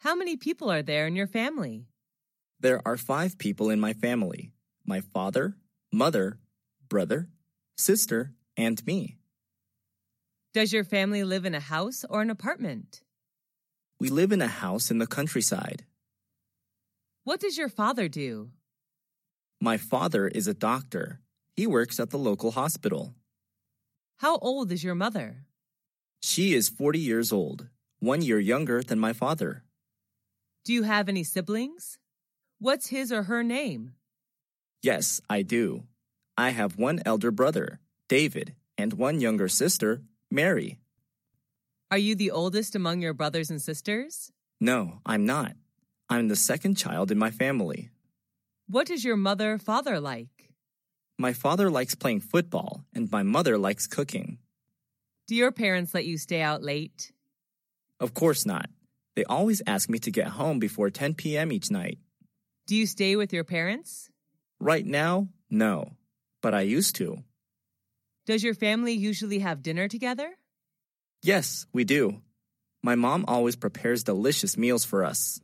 How many people are there in your family? There are five people in my family my father, mother, brother, sister, and me. Does your family live in a house or an apartment? We live in a house in the countryside. What does your father do? My father is a doctor. He works at the local hospital. How old is your mother? She is 40 years old, one year younger than my father. Do you have any siblings? What's his or her name? Yes, I do. I have one elder brother, David, and one younger sister, Mary. Are you the oldest among your brothers and sisters? No, I'm not. I'm the second child in my family. What is your mother father like? My father likes playing football, and my mother likes cooking. Do your parents let you stay out late? Of course not. They always ask me to get home before 10 p.m. each night. Do you stay with your parents? Right now, no, but I used to. Does your family usually have dinner together? Yes, we do. My mom always prepares delicious meals for us.